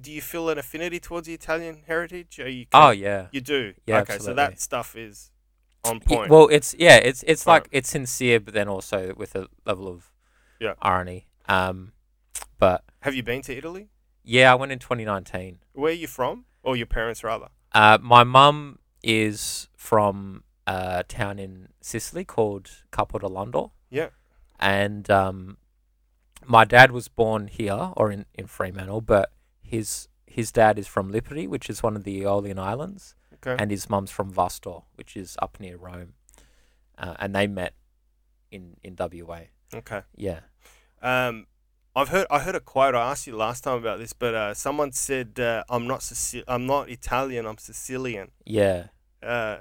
Do you feel an affinity towards the Italian heritage? Are you? Oh, yeah. you do. yeah, Okay, so absolutely. that stuff is on Y- point. well, it's yeah, it's it's Right. like it's sincere, but then also with a level of Yeah. irony. Um, but Have you been to Italy? yeah, I went in 2019. Where are you from? Or your parents, rather? Uh, my mum is from a town in Sicily called Capodolando. Yeah. and um, my dad was born here or in, in Fremantle, but his his dad is from Lipari, which is one of the Aeolian Islands, Okay. and his mum's from Vastor, which is up near Rome, uh, and they met in in WA. Okay. Yeah. Um, I've heard. I heard a quote. I asked you last time about this, but uh, someone said, uh, "I'm not. Sicil- I'm not Italian. I'm Sicilian." Yeah. Uh,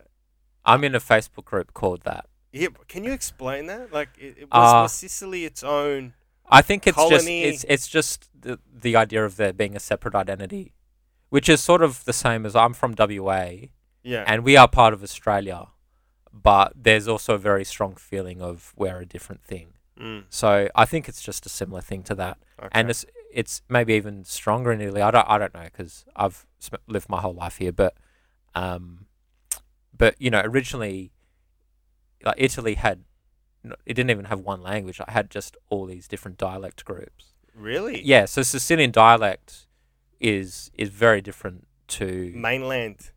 I'm in a Facebook group called that. yeah, can you explain that? Like, it, it was, Uh, was Sicily its own? I think it's just Colony. it's it's just the, the idea of there being a separate identity, which is sort of the same as I'm from WA Yeah. and we are part of Australia, but there's also a very strong feeling of we're a different thing. Mm, So I think it's just a similar thing to that, okay. and it's it's maybe even stronger in Italy. I don't I don't know because I've sm- lived my whole life here, but um, but you know originally, like Italy had, n- it didn't even have one language. It had just all these different dialect groups. really Yeah, so Sicilian dialect is is very different to mainland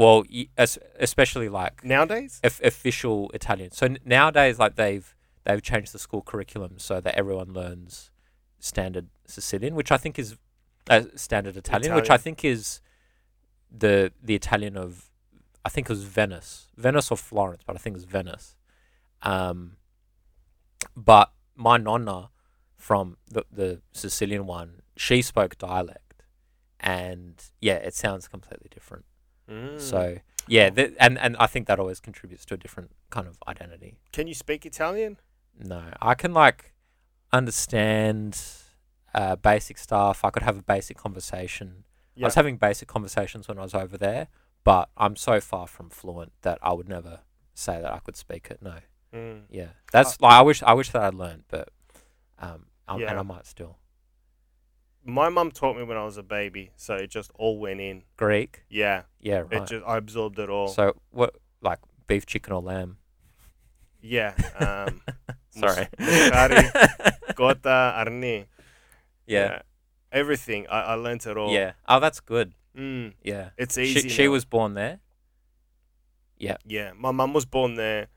well, y- es- especially like nowadays. of- official Italian. So n- nowadays, like they've they've changed the school curriculum so that everyone learns standard Sicilian, which I think is uh, standard Italian, which I Italian. think is the the Italian of I think it was Venice, Venice or Florence, but I think it was Venice. Um, but my nonna from the the Sicilian one, she spoke dialect, and yeah, it sounds completely different. Mm. So yeah, th- and and I think that always contributes to a different kind of identity. Can you speak Italian? No, I can like understand uh, basic stuff. I could have a basic conversation. I was Yeah. having basic conversations when I was over there, but I'm so far from fluent that I would never say that I could speak it. No, Mm. yeah, that's like I wish I wish that I learned, but um, i Yeah. and I might still My mum taught me when I was a baby, so it just all went in. Greek. Yeah, Yeah, it right. just I absorbed it all. So what, like beef, chicken, or lamb? yeah, um, mus- Sorry. muscari, gota, arni. yeah, everything. I, I learnt it all. yeah. Oh, that's good. Mm, Yeah. it's easy. She, she now. was born there. Yeah, my mum was born there.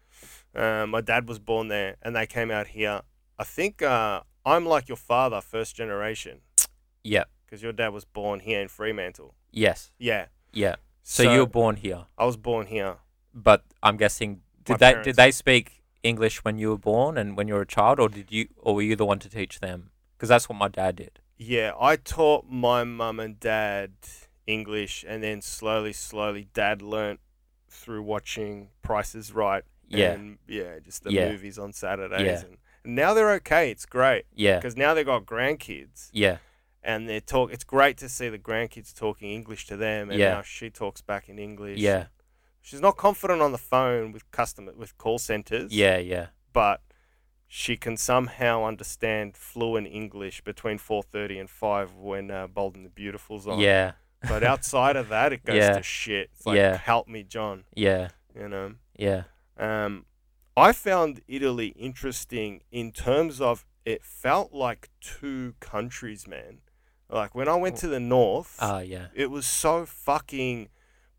Uh, my dad was born there, and they came out here. I think uh, I'm like your father, first generation, Yeah. because your dad was born here in Fremantle. Yes. Yeah. Yeah. So, you were born here, I was born here. but I'm guessing My did they parents. did they speak English when you were born and when you were a child, or did you or were you the one to teach them? Because that's what my dad did. Yeah, I taught my mum and dad English, and then slowly, slowly, dad learnt through watching Prices Right. Yeah. And, yeah, just the Yeah. movies on Saturdays. Yeah. Uh, And now they're okay. It's great yeah. because now they've got grandkids. Yeah. and they talk. It's great to see the grandkids talking English to them, and Yeah. now she talks back in English. Yeah. she's not confident on the phone with customer with call centers. Yeah. Yeah. but she can somehow understand fluent English between four thirty and five when uh, Bold and the Beautiful's on. Yeah. but outside of that, it goes Yeah. to shit. It's like, Yeah. help me, John. Yeah. You know. Yeah. Um, I found Italy interesting in terms of it felt like two countries, man. Like when I went to the north, Oh. Ah. yeah. it was so fucking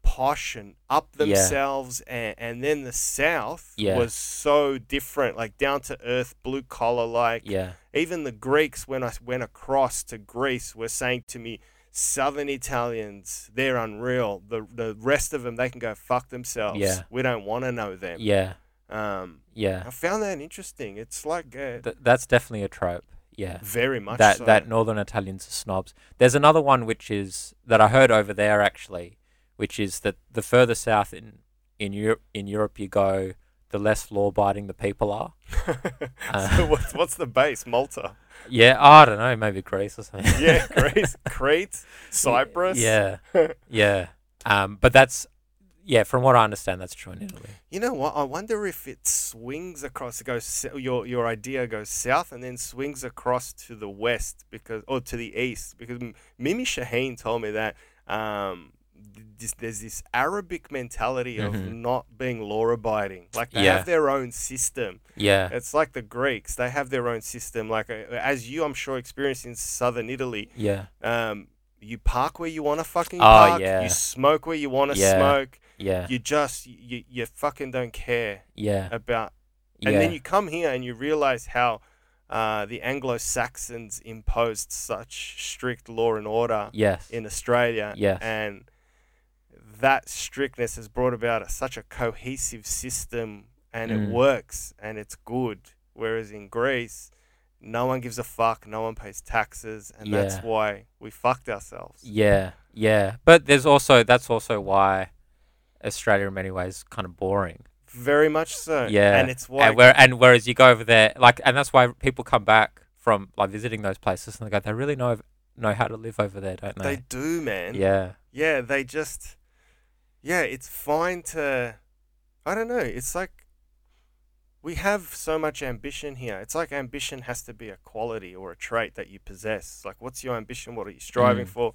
posh and up Yeah. themselves and, and then the south Yeah. was so different like down to earth blue collar like Yeah. even the greeks when i s- went across to greece were saying to me southern italians they're unreal the, the rest of them they can go fuck themselves Yeah. we don't want to know them Yeah. um, Yeah. i found that interesting it's like uh, Th- that's definitely a trope. Yeah. very much that so. that northern Italians are snobs. There's another one which is that I heard over there actually, which is that the further south in in Europe in Europe you go, the less law abiding the people are. Uh. so what's, what's the base malta Yeah, oh, I don't know, maybe Greece or something. yeah, Greece, Crete, Cyprus. Yeah, yeah. Um, but that's yeah, from what I understand, that's true in Italy. You know what? I wonder if it swings across. It goes s- your your idea goes south and then swings across to the west because or to the east because M- Mimi Shaheen told me that um, th- this, there's this Arabic mentality of Mhm. not being law abiding. Like they Yeah. Uh. have their own system. Yeah, It's like the Greeks. They have their own system. Like uh, as you, I'm sure, experienced in southern Italy. yeah, Um, you park where you want to fucking Oh, park. yeah. You smoke where you want to Yeah. smoke. yeah, You just you, you fucking don't care yeah, about. yeah. And then you come here and you realize how uh, the Anglo Saxons imposed such strict law and order yes, in Australia. Yes. And that strictness has brought about a, such a cohesive system and Mm. it works and it's good. Whereas in Greece, no one gives a fuck, no one pays taxes, and that's Yeah. why we fucked ourselves. Yeah, yeah. But there's also that's also why Australia in many ways is kind of boring. Very much so. Yeah. And it's why and where and whereas you go over there, like, and that's why people come back from like visiting those places, and they go, they really know know how to live over there, don't they they? do, man. yeah, Yeah, they just Yeah, it's fine to I don't know, it's like we have so much ambition here. It's like ambition has to be a quality or a trait that you possess. Like what's your ambition? What are you striving Mm. for?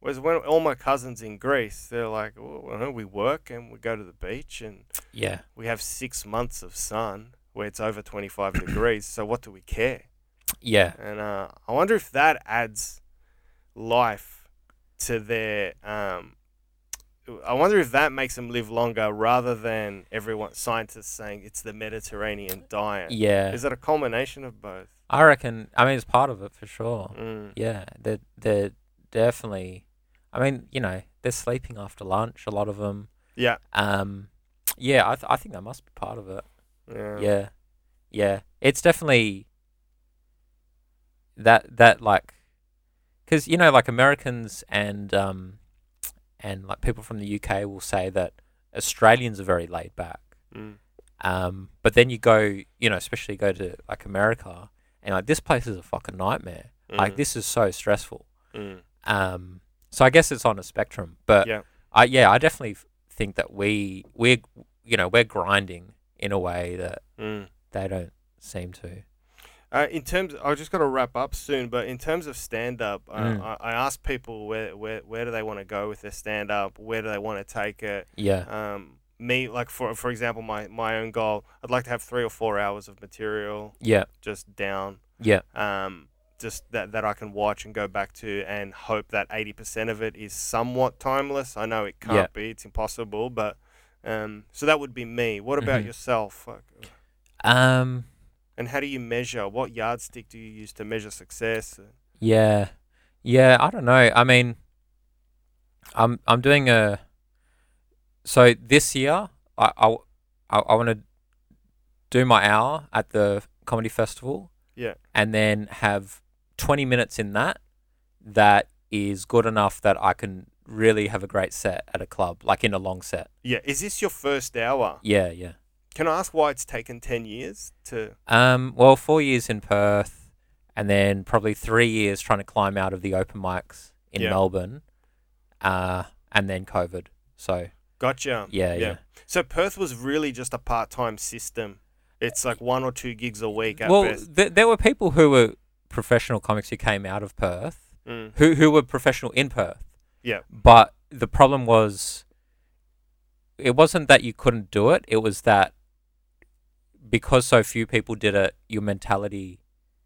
Whereas when all my cousins in Greece, they're like, oh, well, we work and we go to the beach and yeah, we have six months of sun where it's over 25 degrees. So what do we care? yeah, And uh, I wonder if that adds life to their. Um, I wonder if that makes them live longer rather than everyone scientists saying it's the Mediterranean diet. yeah. Is it a culmination of both? I reckon. I mean, it's part of it for sure. Mm. Yeah, they're they're definitely. I mean, you know, they're sleeping after lunch. A lot of them. Yeah. Um, yeah, I th- I think that must be part of it. Yeah. Yeah. Yeah. It's definitely that that like cuz you know like Americans and um and like people from the UK will say that Australians are very laid back. Mm. Um but then you go, you know, especially go to like America and like this place is a fucking nightmare. Like this is so stressful. Mm. Um, so I guess it's on a spectrum, but Yeah. I yeah, I definitely f- think that we we you know we're grinding in a way that Mm. they don't seem to. Uh, in terms, I was just going to wrap up soon, but in terms of stand up, Mm. I, I asked people where, where, where do they want to go with their stand up? Where do they want to take it? Yeah, Um, me, like for for example, my, my own goal, I'd like to have three or four hours of material yeah, just down, yeah, um, just that, that I can watch and go back to and hope that 80% of it is somewhat timeless. I know it can't Yeah. be, it's impossible, but um, so that would be me. What about Mhm. yourself? Like, um, And how do you measure? What yardstick do you use to measure success? yeah, yeah. I don't know. I mean, I'm I'm doing a. So this year, I I want to do my hour at the comedy festival. Yeah. and then have 20 minutes in that that is good enough that I can really have a great set at a club, like in a long set. Yeah, is this your first hour? Yeah, yeah. Can I ask why it's taken 10 years to. Um, well, four years in Perth, and then probably three years trying to climb out of the open mics in Yeah. Melbourne, uh, and then COVID. So Gotcha. yeah, yeah. So Perth was really just a part time system. It's like one or two gigs a week at Well, best. th- there were people who were professional comics who came out of Perth Mm. who who were professional in Perth. Yeah. But the problem was it wasn't that you couldn't do it, it was that because so few people did it, your mentality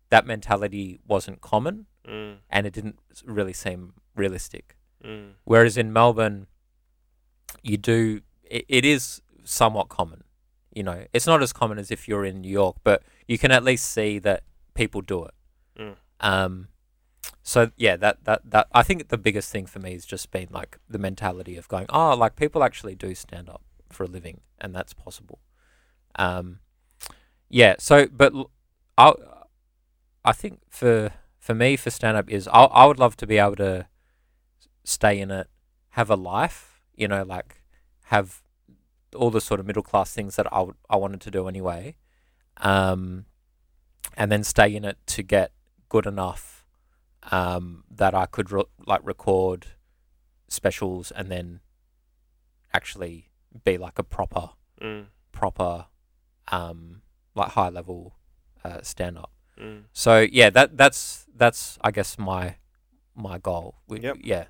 that mentality wasn't common Mm. and it didn't s- really seem realistic. Mm. Whereas in Melbourne you do it, it is somewhat common. You know, it's not as common as if you're in New York, but you can at least see that people do it. Mm. Um, so yeah, that, that that I think the biggest thing for me has just been like the mentality of going, oh, like people actually do stand up for a living, and that's possible. Um, yeah. So, but I, I think for for me for stand up is I I would love to be able to stay in it, have a life, you know, like have all the sort of middle class things that I would, I wanted to do anyway, um, and then stay in it to get good enough um, that I could re- like record specials and then actually be like a proper Mm. proper um, like high level uh, stand up. Mm. So yeah, that that's that's I guess my my goal. Would- Yep. Yeah.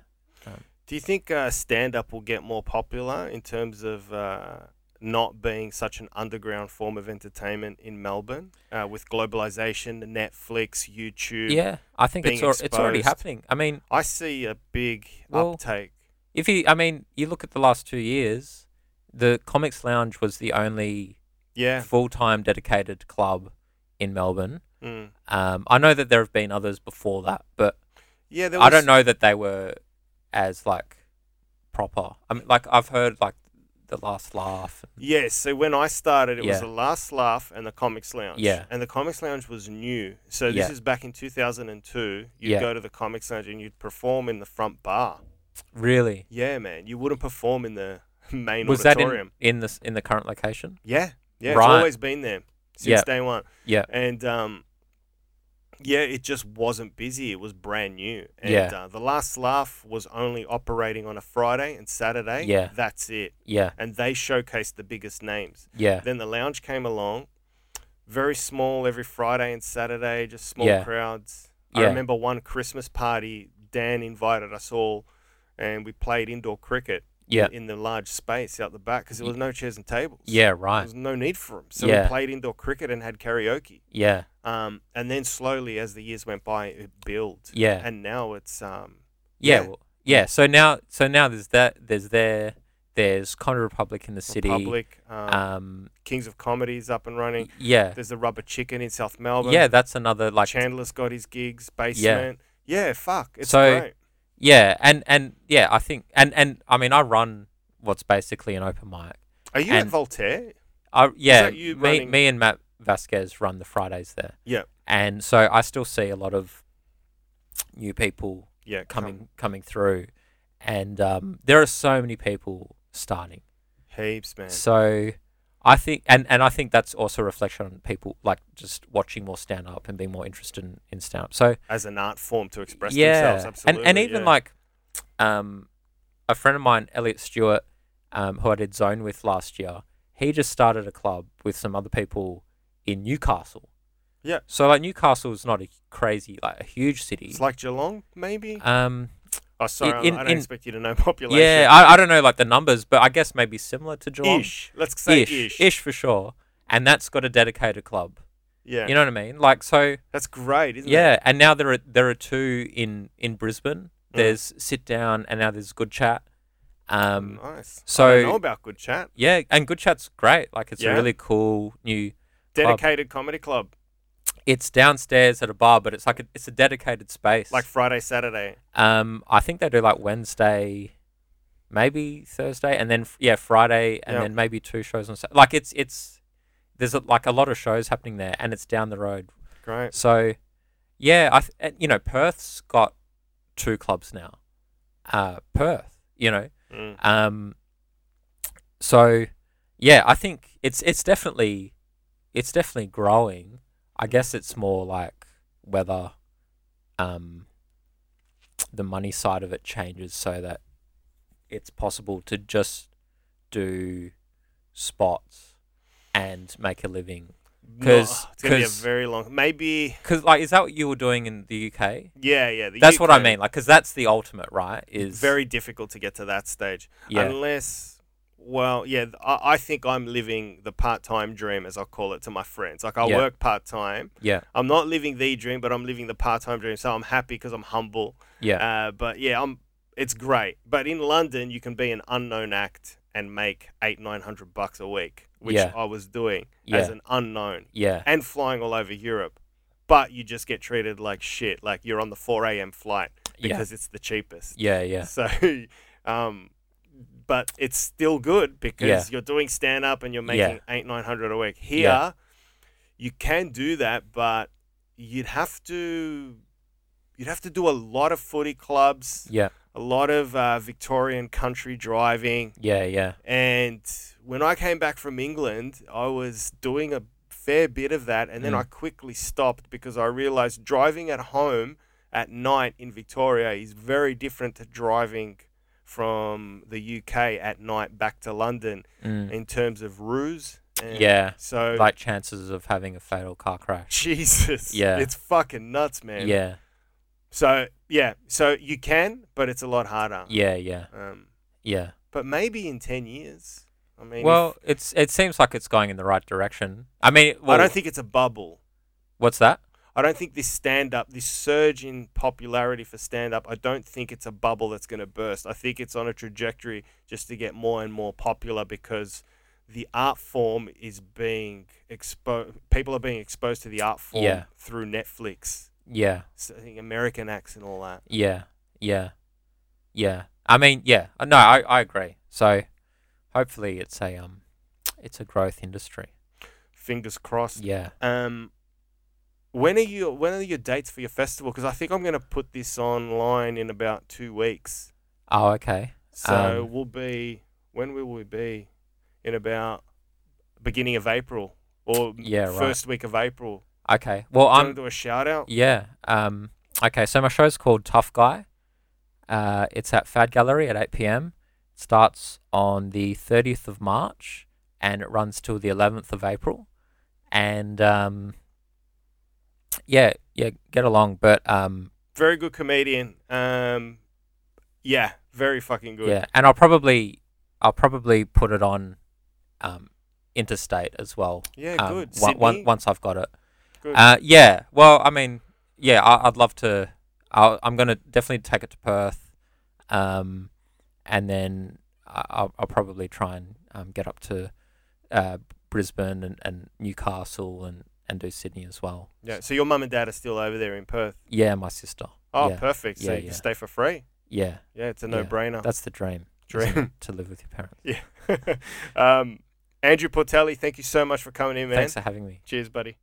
Do you think uh, stand up will get more popular in terms of uh, not being such an underground form of entertainment in Melbourne uh, with globalization, Netflix, YouTube? Yeah, I think it's being al- it's already exposed. happening. I mean, I see a big Well- uptake. if you I mean, you look at the last 2 years, the Comics Lounge was the only Yeah. full-time dedicated club in Melbourne. Mm. Um, I know that there have been others before that, but Yeah, there was, I don't know that they were as like proper. I mean, like I've heard like the Last Laugh. Yes, so when I started, it was Yeah. the Last Laugh and the Comics Lounge. Yeah. And the Comics Lounge was new. So this Yeah. is back in 2002. You'd Yeah. go to the Comics Lounge and you'd perform in the front bar. Really, Yeah, man. You wouldn't perform in the main was that auditorium. in, in the in the current location? Yeah, yeah, Right. it's always been there since Yeah. day one. Yeah. and um, yeah, it just wasn't busy. It was brand new. And, Yeah. uh, the last laugh was only operating on a Friday and Saturday. Yeah. that's it. Yeah, And they showcased the biggest names. yeah, Then the lounge came along, very small every Friday and Saturday, just small Yeah. crowds. I Yeah. remember one Christmas party, Dan invited us all, and we played indoor cricket. yeah, In the large space out the back because there Y- was no chairs and tables. yeah. There Right. was no need for them. So Yeah. we played indoor cricket and had karaoke. Yeah, Um, and then slowly, as the years went by, it built. yeah. And now it's um, Yeah, Yeah. well, yeah. So now, so now there's that. There's there. There's Conrad Republic in the city. Republic, um, Um, Kings of Comedy's up and running. yeah, There's the Rubber Chicken in South Melbourne. yeah. That's another like. Chandler's got his gigs, basement. Yeah, fuck. It's So- great. yeah, and and yeah, I think and and I mean, I run what's basically an open mic. Are you at and- Voltaire? I yeah, that you me running- me and Matt Vasquez run the Fridays there. Yeah. and so I still see a lot of new people Yeah, come. coming coming through, and um, there are so many people starting. Heaps, man. So I think, and, and I think that's also a reflection on people like just watching more stand up and being more interested in, in stand up. So as an art form to express yeah, themselves. Absolutely. and and even yeah. like, um, a friend of mine, Elliot Stewart, um, who I did Zone with last year, he just started a club with some other people in Newcastle. Yeah. So like Newcastle is not a crazy like a huge city. it's like Geelong, maybe. um, Oh, sorry, in- I don't in- expect you to know population. yeah, I, I don't know like the numbers, but I guess maybe similar to Geelong. ish. Let's say ish. ish, ish for sure. And that's got a dedicated club. Yeah, You know what I mean? Like so. that's great, isn't it? Mm. Yeah, and now there are there are two in in Brisbane. There's sit down, and now there's good chat. Um, nice. so- I don't know about good chat. yeah, and good chat's great. Like it's Yeah. a really cool new. Dedicated comedy club, It's downstairs at a bar, but it's like a, it's a dedicated space. like Friday, Saturday. um, I think they do like Wednesday, maybe Thursday, and then f- yeah Friday, and Yeah. then maybe two shows on. Sa- Like it's it's there's a, like a lot of shows happening there, and it's down the road. Great. So, yeah, I th- and, you know Perth's got two clubs now. Uh, Perth, you know. Mm. Um, so, yeah, I think it's it's definitely it's definitely growing. I guess it's more like whether um, the money side of it changes so that it's possible to just do spots and make a living. 'Cause- No, Oh, it's gonna be a 'cause- very long. Maybe. Cause like, is that what you were doing in the UK? Yeah, yeah. the That's what I UK. mean. Like, because that's the ultimate, right? Is very difficult to get to that stage Yeah. unless well yeah th- I, I think i'm living the part-time dream as i call it to my friends like i Yeah. work part-time yeah, i'm not living the dream but i'm living the part-time dream so i'm happy because i'm humble yeah, uh, but yeah i'm it's great but in london you can be an unknown act and make eight nine hundred bucks a week which Yeah. i was doing as yeah, an unknown yeah, and flying all over europe but you just get treated like shit like you're on the 4 a.m flight yeah, because it's the cheapest yeah, yeah, so, um, but it's still good because Yeah. you're doing stand up and you're Yeah. making eight nine hundred a week. Here, Yeah. you can do that, but you'd have to you'd have to do a lot of footy clubs, yeah, a lot of uh, Victorian country driving. yeah, yeah, And when I came back from England, I was doing a fair bit of that, and then Mm. I quickly stopped because I realized driving at home at night in Victoria is very different to driving from the UK at night back to London mm, in terms of ruse. And yeah. So, Like chances of having a fatal car crash. Jesus. Yeah. It's fucking nuts, man. Yeah, So, yeah. So you can, but it's a lot harder. yeah, yeah, Um, yeah. but maybe in 10 years. I mean, if- Well, it's it seems like it's going in the right direction. I mean, well, I don't think it's a bubble. what's that? I don't think this stand up, this surge in popularity for stand up, I don't think it's a bubble that's going to burst. I think it's on a trajectory just to get more and more popular because the art form is being exposed. People are being exposed to the art form Yeah. through Netflix, Yeah, so, I think American acts and all that. yeah, yeah, yeah. I mean, yeah. Uh, No, I I agree. So, hopefully, it's a um, it's a growth industry. Fingers crossed. Yeah. Um, when are you? When are your dates for your festival? Because I think I'm going to put this online in about two weeks. Oh, okay. So Um, we'll be when will we be? In about beginning of April or Yeah, right. first week of April. Okay. Well, Do you wanna I'm do a shout out? Yeah. Um, okay. So my show's called Tough Guy. Uh, it's at Fad Gallery at 8 p.m. It starts on the 30th of March and it runs till the 11th of April. And um, yeah, yeah, get along. But um, Very good comedian. Um, yeah, very fucking good. yeah, and I'll probably I'll probably put it on um, interstate as well. Yeah, um, good. on- on- Sydney? once I've got it. Good. Uh, yeah. Well, I mean, yeah, I, I'd love to. I'll, I'm going to definitely take it to Perth, um, and then I, I'll, I'll probably try and um, get up to uh, Brisbane and, and Newcastle and, and do Sydney as well. Yeah. So your mum and dad are still over there in Perth. Yeah, my sister. Oh, yeah, perfect. So Yeah, you can yeah. stay for free. yeah. Yeah, it's a Yeah. no brainer. That's the dream. isn't Oh. Dream. it, to live with your parents. yeah. um, Andrew Portelli, thank you so much for coming in, man. Thanks for having me. Cheers, buddy.